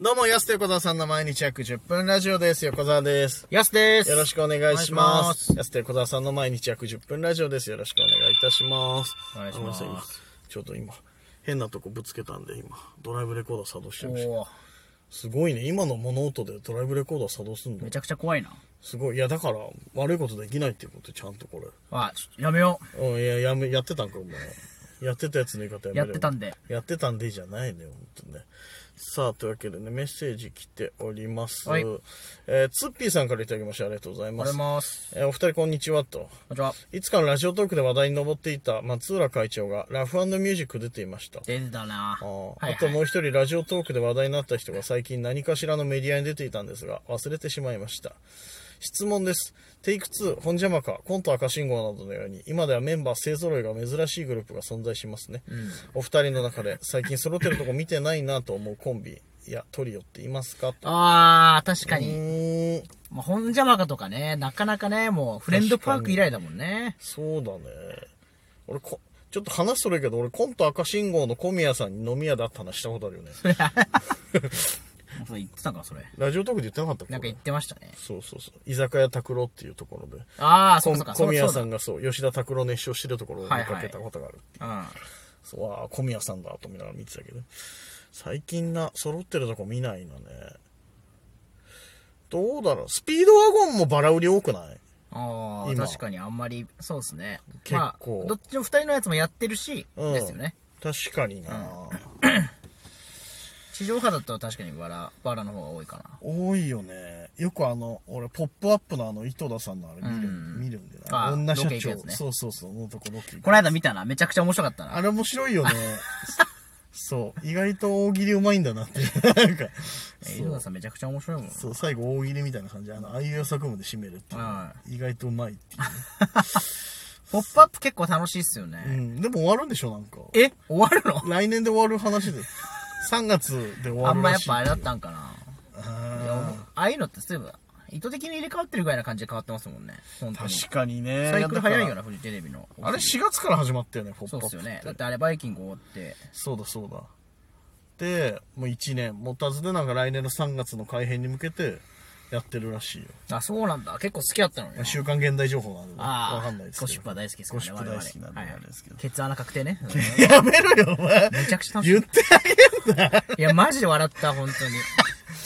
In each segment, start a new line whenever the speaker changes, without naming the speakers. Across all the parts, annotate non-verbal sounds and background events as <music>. どうも、安すと横澤さんの毎日約10分ラジオです。横澤です。
やすです。
よろしくお願いします。安すと横澤さんの毎日約10分ラジオです。よろしくお願いいたします。
お願い
あご
します
めんなさい今ちょっと今、変なとこぶつけたんで、今、ドライブレコーダー作動して
お
ました。
おー、
すごいね、今の物音でドライブレコーダー作動するの
めち。ゃくちゃ怖いな。
すごい。いや、だから、悪いことできないっていうこと、ちゃんとこれ。
あ、ちょやめよ
うん、いや、やめ、やってたんか、お前。やってたやつの言い方やめろ
やってたんで。
やってたんでじゃないのよ、本当にね。さあ、というわけでね、メッセージ来ております。
はい。
えー、ツッピーさんからいただきましてありがとうございうま
あれ
す。
ます。
えーお二人こんにちはと。
こんにちは。
いつかのラジオトークで話題に上っていた松浦会長がラフミュージック出ていました。
出てたな。
あー
はいはい
あともう一人ラジオトークで話題になった人が最近何かしらのメディアに出ていたんですが忘れてしまいました質問ですテイク2本邪魔かコント赤信号などのように今ではメンバー勢揃いが珍しいグループが存在しますね、お二人の中で最近揃ってるとこ見てないなと思うコンビやトリオっていますかと
あー、確か
う
に。
ーん
まあ、本邪魔かとかね、なかなかね、もう、フレンドパーク以来だもんね。
そうだね俺こちょっと話それるけど俺コント赤信号の小宮さんに飲み屋だった話したことある
<laughs>
よね
それ言ってたか、それ。
ラジオトークで言ってなかったっけ
なんか言ってましたね。
そうそうそう。居酒屋拓郎っていうところで。
あー、そうかそう
こ
か、そ
小
う
宮
だ
さ
そうん
がそう、吉田拓郎熱唱してるところを見かけたことがある。
だ。
そう、ああ、小宮さんだと見ながら見てたけど。最近な、揃ってるとこ見ないなね。どうだろう。スピードワゴンもバラ売り多くない
うん。あー、
今
確かにあんまり、そうですね。
結構
まあ、どっちの二人のやつもやってるし、
うん
ですよね。
確かにな、
地上波だったら確かにバラ、バラの方が多いかな。
多いよね。よくあの、俺、ポップアップのあの、井戸田さんのあれ見る、
うん
見るんで
あ
な。
あ
女社
ロケ行く
長、
やつね
そうそうそう、のとこロケ行く
この間見たな、めちゃくちゃ面白かった
あ
な。
れ面白い
<laughs>
よね。そう。意外と大喜利うまいんだなって。なんか、
え井戸田さんめちゃくちゃ面白いもんな。
そう、最後大喜利みたいな感じで、あの、あいう予測まで締めるっていう
は。
意外とうまいってい
ポップアップ結構楽しいっすよ
う。う
ね。
ん。でも終わるんでしょ、なんか。
え終わるの
来年で終わる話で。3月で終
あ
わ
ん
る
まや
ら
っ
しい
ぱあれだってたんかな。
いう
ああいうのって、例えば、意図的に入れ替わってるぐらいな感じで変わってますもんね。本
う
当
ん
に。
確かにね。
サイクル早いよ
な。
な、フジテレビの。
あれ4月から始まったよね、ポップ
そ
ア
うっ
ップ
すよ
っ。
ね。だっててあれバイキング終わって。
そうだそうだ。で、もう1年持たずで、なんか来年の3月の改編に向けてやってるらしいよ。
あ、そうなんだ。結構好きだったのにな。
週刊現代情報なんで、
ああ、
わかんないですけど。
ゴシップは大好きですから
ゴ
ね。
シップ大好きなんで
我々
あれですけど
はい、ケツ穴確
<laughs>
定ね。
やめろよ、お前。
めちゃくちゃ楽し
言
い。
ってあげ
いや、マジで笑った、本当に。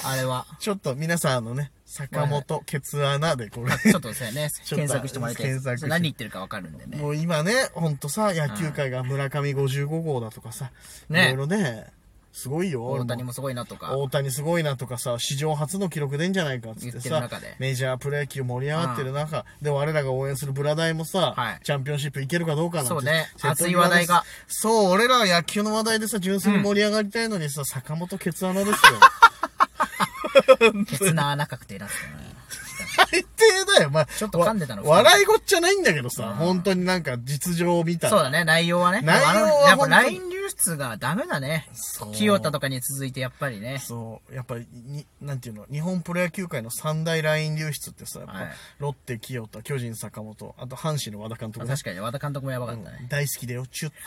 あれは。
ちょっと皆さん、あのね、坂本、ケツ穴でこれ。
ちょっとそうやね、
ちょっと
検索してもらいたいです
検索して
何言ってるかわかるんでね。
もう今ね、ほんとさ、野球界が村上55号だとかさ、
ね
いろいろね、すごいよ。
大谷
も
もすごいなとか。
大谷すごいなとかさ、史上初の記録出んじゃないかっつって
言っ
さ
てる中で、
メジャープロ野球盛り上がってる中、で、我らが応援するブラダイもさ、
はい
チャンピオンシップいけるかどうかなんて。
そうね
瀬戸際
熱い話題が
です。そう、俺らは野球の話題でさ、純粋に盛り上がりたいのにさ、坂本ケツ穴で
<laughs>
すよ。
ケツな穴確定なんですよね。
最低だよ、まあ、
ちょっと噛んでたの
わ笑いごっちゃないんだけどさ、本当になんか実情みたいな。
そうだね、内容はね。
内容は
でもあのやっぱ
本当に
LINE 流出がダメだね
そう。
清田とかに続いてやっぱりね。
そう、やっぱり、に、なんていうの、日本プロ野球界の三大ライン流出ってさ、やっぱ、
はい
ロッテ、清田、巨人、坂本、あと阪神の和田監督、ね、
確かに、和田監督もやばかったね。
大好きだよ、チュッて、
<laughs>
ね。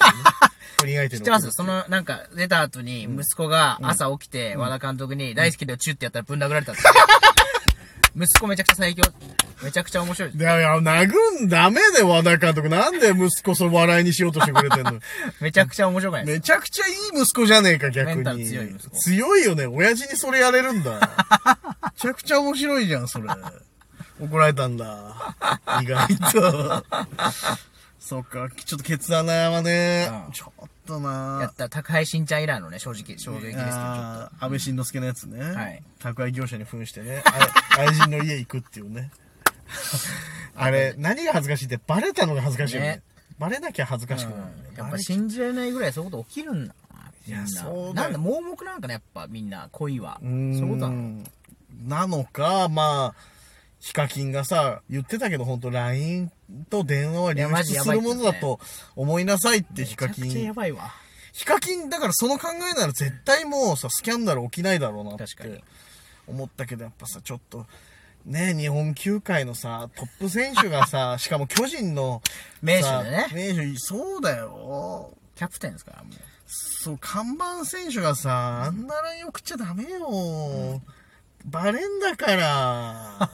振り返って
知
知
ってますそ、の、なんか、出た後に、息子が朝起きて、和田監督に、大好きだよ、チュってやったらぶん殴られたんですよ息子めちゃくちゃ最強。めちゃくちゃ面白い。
いやいや、殴んダメで、和田監督。なんで息子その笑いにしようとしてくれてん
<laughs>
の
めちゃくちゃ面白くないです
めちゃくちゃいい息子じゃねえか、逆に。
メンタル強い息子
強いよね。親父にそれやれるんだ。めちゃくちゃ面白いじゃん、それ。怒られたんだ。意外
<laughs>
と。そっか、ちょっとケツ穴はね、
うん
ちょっと
か
な
やったら、宅配しんちゃん以来のね、正直、衝撃ですけど、ちょっと。
あー安倍晋之助のやつね、
はい
宅配業者に扮してねあ愛人の家行くっていう
<laughs>
ねあれ何が恥ずかしいってバレたのが恥ずかしいよね
ね
バレなきゃ恥ずかしくないよね、
やっぱ信じられないぐらいそういうこと起きるんだな。みん
いや
な
そうだ
な
よ
んだ、盲目なんかね、やっぱみんな、恋は。そう
うーん
いうことなの
なのか、まあ、ヒカキンがさ、言ってたけど、本当 LINE と電話はい流
やマ
出
ジや
す
ばい
る
っすね
ものだと思いなさいってヒカ
めち
キ
ゃくちゃや
ン。
ばいわ。
ヒカキン、だからその考えなら絶対もうさ、スキャンダル起きないだろうなっ
確か
て
に
思ったけど、やっぱさ、ちょっと、ね、日本球界のさ、トップ選手が
<laughs>
さ、しかも巨人のさ、
名手でね
名手、そうだよ。
キャプテンですから、もう。
そう、看板選手がさ、あんなライン送っちゃダメよ。バレんだ
<laughs>
から。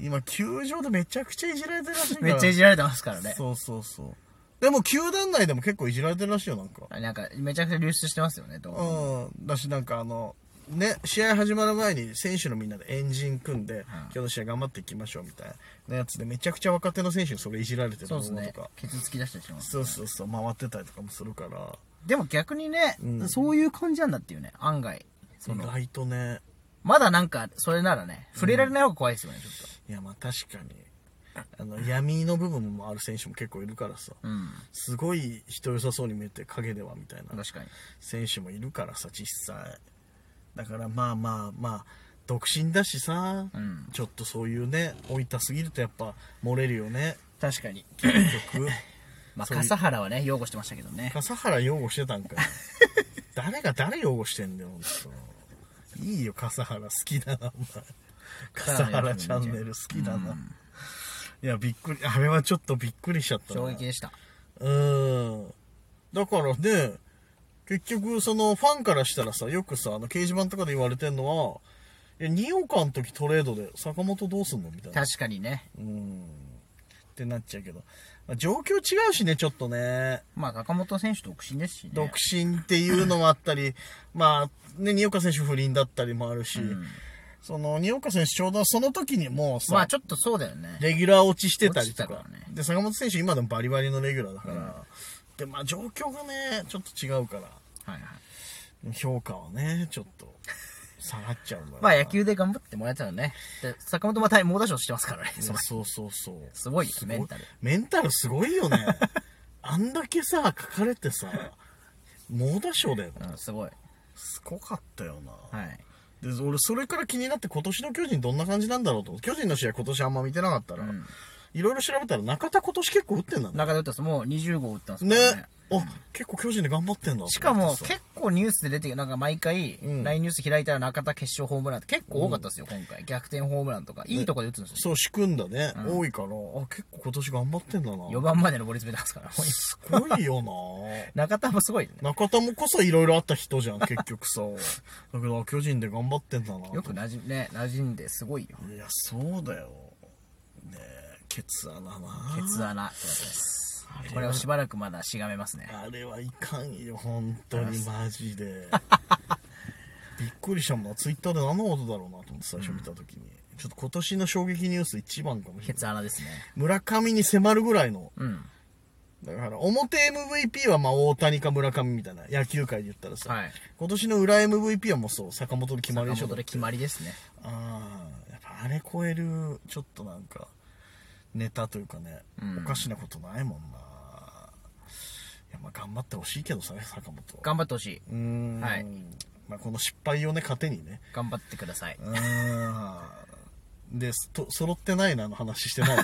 今、球場でめちゃくちゃいじられてるらしいから。
めっちゃいじられてますからね。
そうそうそう。でも、球団内でも結構いじられてるらしいよ、なんか。
なんか、めちゃくちゃ流出してますよね、動画
うん。だし、なんかあの、ね、試合始まる前に選手のみんなでエンジン組んで、今日の試合頑張っていきましょうみたいなやつで、めちゃくちゃ若手の選手にそれいじられてる
そ
動
うです
画
ね
とか。。
ケツつき出したりしてます。
そうそうそう、回ってたりとかもするから。
でも逆にね、
ん
そういう感じなんだっていうね、案外。そ
意
の、
外とね。
まだなんか、それならね、触れられない方が怖いですよね、ちょっ
いや、まあ確かに。あの、闇の部分もある選手も結構いるからさ。
と。うん。
すごい人良さそうに見えて影ではみたいな
確かに。
選手もいるからさ、実際。だからまあまあまあ、独身だしさ、
うん
ちょっとそういうね、老いたすぎるとやっぱ漏れるよね、
確かに。
結
<laughs>
局。
まあ、
そういう
笠原はね、擁護してましたけどね。
笠原擁護してたんかよ誰が誰擁護してんだよ、ほんといいよ、笠原好きだな、お前。笠原チャンネル好きだな。いや、びっくり、あれはちょっとびっくりしちゃったな。
衝撃でした。
うん。だからね、結局、その、ファンからしたらさ、よくさ、あの、掲示板とかで言われてんのは、いや、二岡の時トレードで、坂本どうすんのみたいな。
確かにね。
うん。ってなっちゃうけど。まあ状況違うしね、ちょっとね。
まあ、坂本選手独身ですしね。
独身っていうのもあったり、まあ、ね、二岡選手不倫だったりもあるし、その、二岡選手ちょうどその時にもうさ、
まあ、ちょっとそうだよね。
レギュラー落ちしてたりとか。
落ちてたからね
で、坂本選手、今でもバリバリのレギュラーだから。で、まあ、状況がね、ちょっと違うから、
はいはい。
評価はね、ちょっと、下がっちゃうんだろうな
<laughs> まあ、野球で頑張ってもらえたらね。で、坂本また猛打賞してますからね。
い
<laughs> そ
や
の
そうそうそう。
すごいメンタル。
メンタルすごいよ
<laughs>
ね。あんだけさ、書かれてさ、猛打賞だよ、
うん、 <laughs> すごい。
すごかったよな。
はい。
で俺それから気になって今年の巨人どんな感じなんだろうと思って巨人の試合今年あんま見てなかったら
ん
いろいろ調べたら中田今年結構打ってんだね
中で打ったんですもう20号打ったんですか
ね
らね。
あ結構巨人で頑張ってんだと思ってさ
しかも結構ニュースで出てなんか毎回
ん
LINE ニュース開いたら中田決勝ホームランって結構多かったですよ、今回逆転ホームランとかいいとこで打つんです
そう仕組んだね多いからあ結構今年頑張ってんだな
よ4番まで上り詰めたんですから
すごいよ
<laughs>
な
中田もすごいね
中田もこそいろいろあった人
<laughs>
じゃん結局さだけど巨人で頑張ってんだな
よくなじね馴染んですごいよ
いやそうだよねえケツ穴な
ケツ穴ってやつです
あれは
これをしばらくまだしがめますね
あれはいかんよ、本当にマジで。
<laughs>
びっくりしたもんな、ツイッターで何のことだろうなと思って最初見たときに、ちょっと今年の衝撃ニュース一番かもしれ
ケ
ない。
ツ穴ですね
村上に迫るぐらいの、
うん
だから表 MVP はまあ大谷か村上みたいな、野球界で言ったらさ、
はい
今年の裏 MVP はもうそう、坂本で決まりでし
坂
ょ。
本で決まりですね
ああ、やっぱあれ超える、ちょっとなんか、ネタというかね、
うん
おかしなことないもんな。いや、まあ頑張ってほしいけどさ、坂本は。
頑張ってほしいう
ーん
はい
まあ、この失敗をね、糧にね。
頑張ってくださいう
ーん。で、そと揃ってないなの話してない
<laughs>
の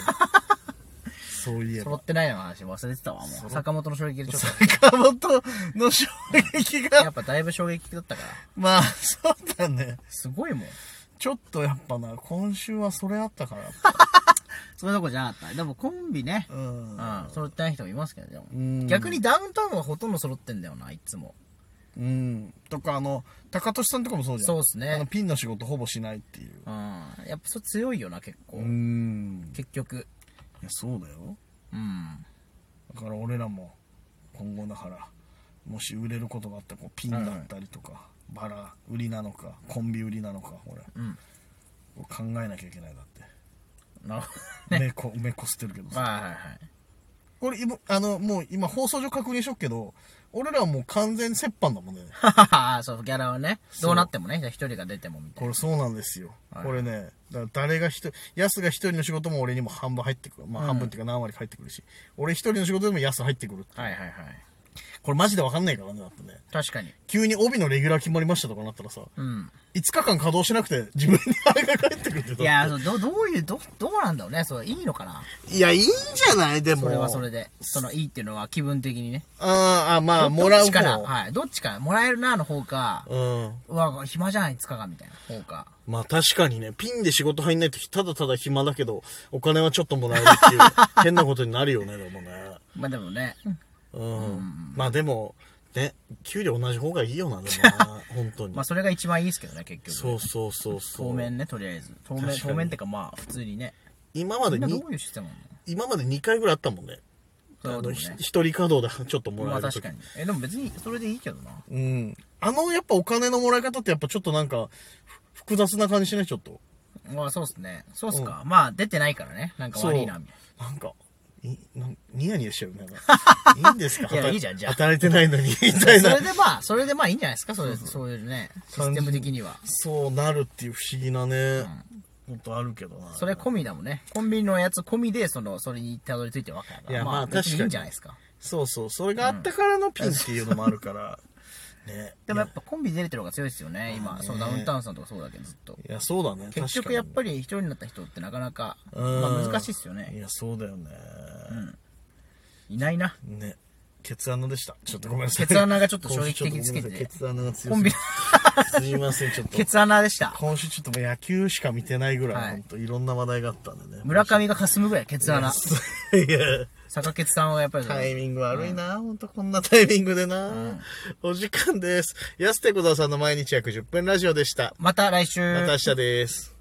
そういえ
揃
ば
っ。てないの話忘れてたわもう坂本の衝撃でちょっ
坂本の衝撃
とや
が、
っぱだいぶ衝撃だったから
まあ、そうだね。
すごいもん
ちょっとやっぱな、今週はそれあったから。
そういうとこじゃなかったでもコンビね
うーん。
うん、揃ってない人もいますけど、でも
うん
逆にダウンタウンはほとんど揃ってんだよな、いつも。
うん。とか、あの、高俊さんとかもそうじゃん。
そうっすね
あの、ピンの仕事ほぼしないっていう。
うん。やっぱそれ強いよな、結構。
うーん。
結局。
いや、そうだよ。
うん。
だから俺らも今後だからもし売れることがあったらこうピンだったりとか、バラ売りなのかコンビ売りなのか俺、
うん。
考えなきゃいけないだって
なるほ
目こ目こすってるけど <laughs>
ど。
さ
はいはいはい。
これ今あのもう今放送上確認しとくけど俺らはもう完全折半だもんね
はははは <laughs> そう、ギャラはね。
そう
どうなってもね、じゃあ一人が出てもみたい
こ
な。
れそうなんですよ、これねだから誰が一人ヤスが一人の仕事も俺にも半分入ってくるまあ半分っていうか何割か入ってくるし、俺一人の仕事でもヤス入ってくる
はいはいはい。
これマジで分かんないからねだってね
確かに。
急に帯のレギュラー決まりましたとかなったらさ、
うん。
5日間稼働しなくて自分にあれが返ってくるって
いやーそうど、どういう、ど、どうなんだろうね。そう、いいのかない
やいいんじゃないでも
それはそれで。その、いいっていうのは気分的にね。
あーあまあもらう
どっちかな。
方
はい。どっちか。もらえるな、の方か。
うん
うわ、暇じゃない、5日間みたいな方か。
まあ確かにねピンで仕事入んないとただただ暇だけどお金はちょっともらえる
<laughs>
っていう変なことになるよねでもね
まあでもね。
うん、まあでもね、給料同じ方がいいよな、でも
<laughs>
な本当に。
まあ、それが一番いいですけどね、結局。
そうそうそうそう。
当面ね、とりあえず。当
確
面、
かに
当面ってかまあ、普通にね。
今まで
みんな
に、
どういうシステムなの
今まで2回ぐらいあったもんね。
そう
あ
で
の、
も
ひ
ね
一人稼働だ、ちょっとも
ま
らえ
あ
る
確
時
かに。え、でも別にそれでいいけどな。
うん。あの、やっぱお金のもらい方ってやっぱちょっとなんか、ふ複雑な感じしないちょっと。
まあそうっすね。そうっすか。まあ出てないからね。なんか悪いな、みたい
なんか、いなんニヤニヤして
<laughs>
るね。なんかいいんですか
いや
働
いいじゃんじゃあ
働いてないのに、みたい
な。
な
<laughs> そ。れでまあ、それでまあいいんじゃないですか、それ、そういうね、システム的には。
そうなるっていう不思議なね、ことあるけどな。
それ込みだもんね。コンビニのやつ込みで、その、それにたどり着いてるわけだから。
いやまあ
別
確かに
いいんじゃないですか。
そうそう、それがあったからのピンっていうのもあるから。ね。
でもやっぱコンビ出れてる方が強いですよね、今。そのダウンタウンさんとかそうだけど、ずっと。
いや、そうだね。
結
確か
局
に
やっぱり一人になった人ってなかなか、
うん
まあ難しいっすよ
い
ね。
や、そうだよね。
いないな。
ね。ケツ穴でした。ちょっとごめんなさい。
ケツ穴がちょっと衝撃的につけて
今週ちょっとごめんなさいケツ
コ
穴
ンビ
が強す、ぎて。すいません、ちょっと
ケ。ツ穴でした。
今週ちょっともう野球しか見てないぐらい、
はい
ほんといろんな話題があったんでね。
村上が霞むぐらい、ケツ
<laughs>
穴。
いや、
坂ケツさんはやっぱり、
タイミング悪いな、ほんとこんなタイミングでな。お時間です。安手小沢さんの毎日約10分ラジオでした。
また来週。
また明日です。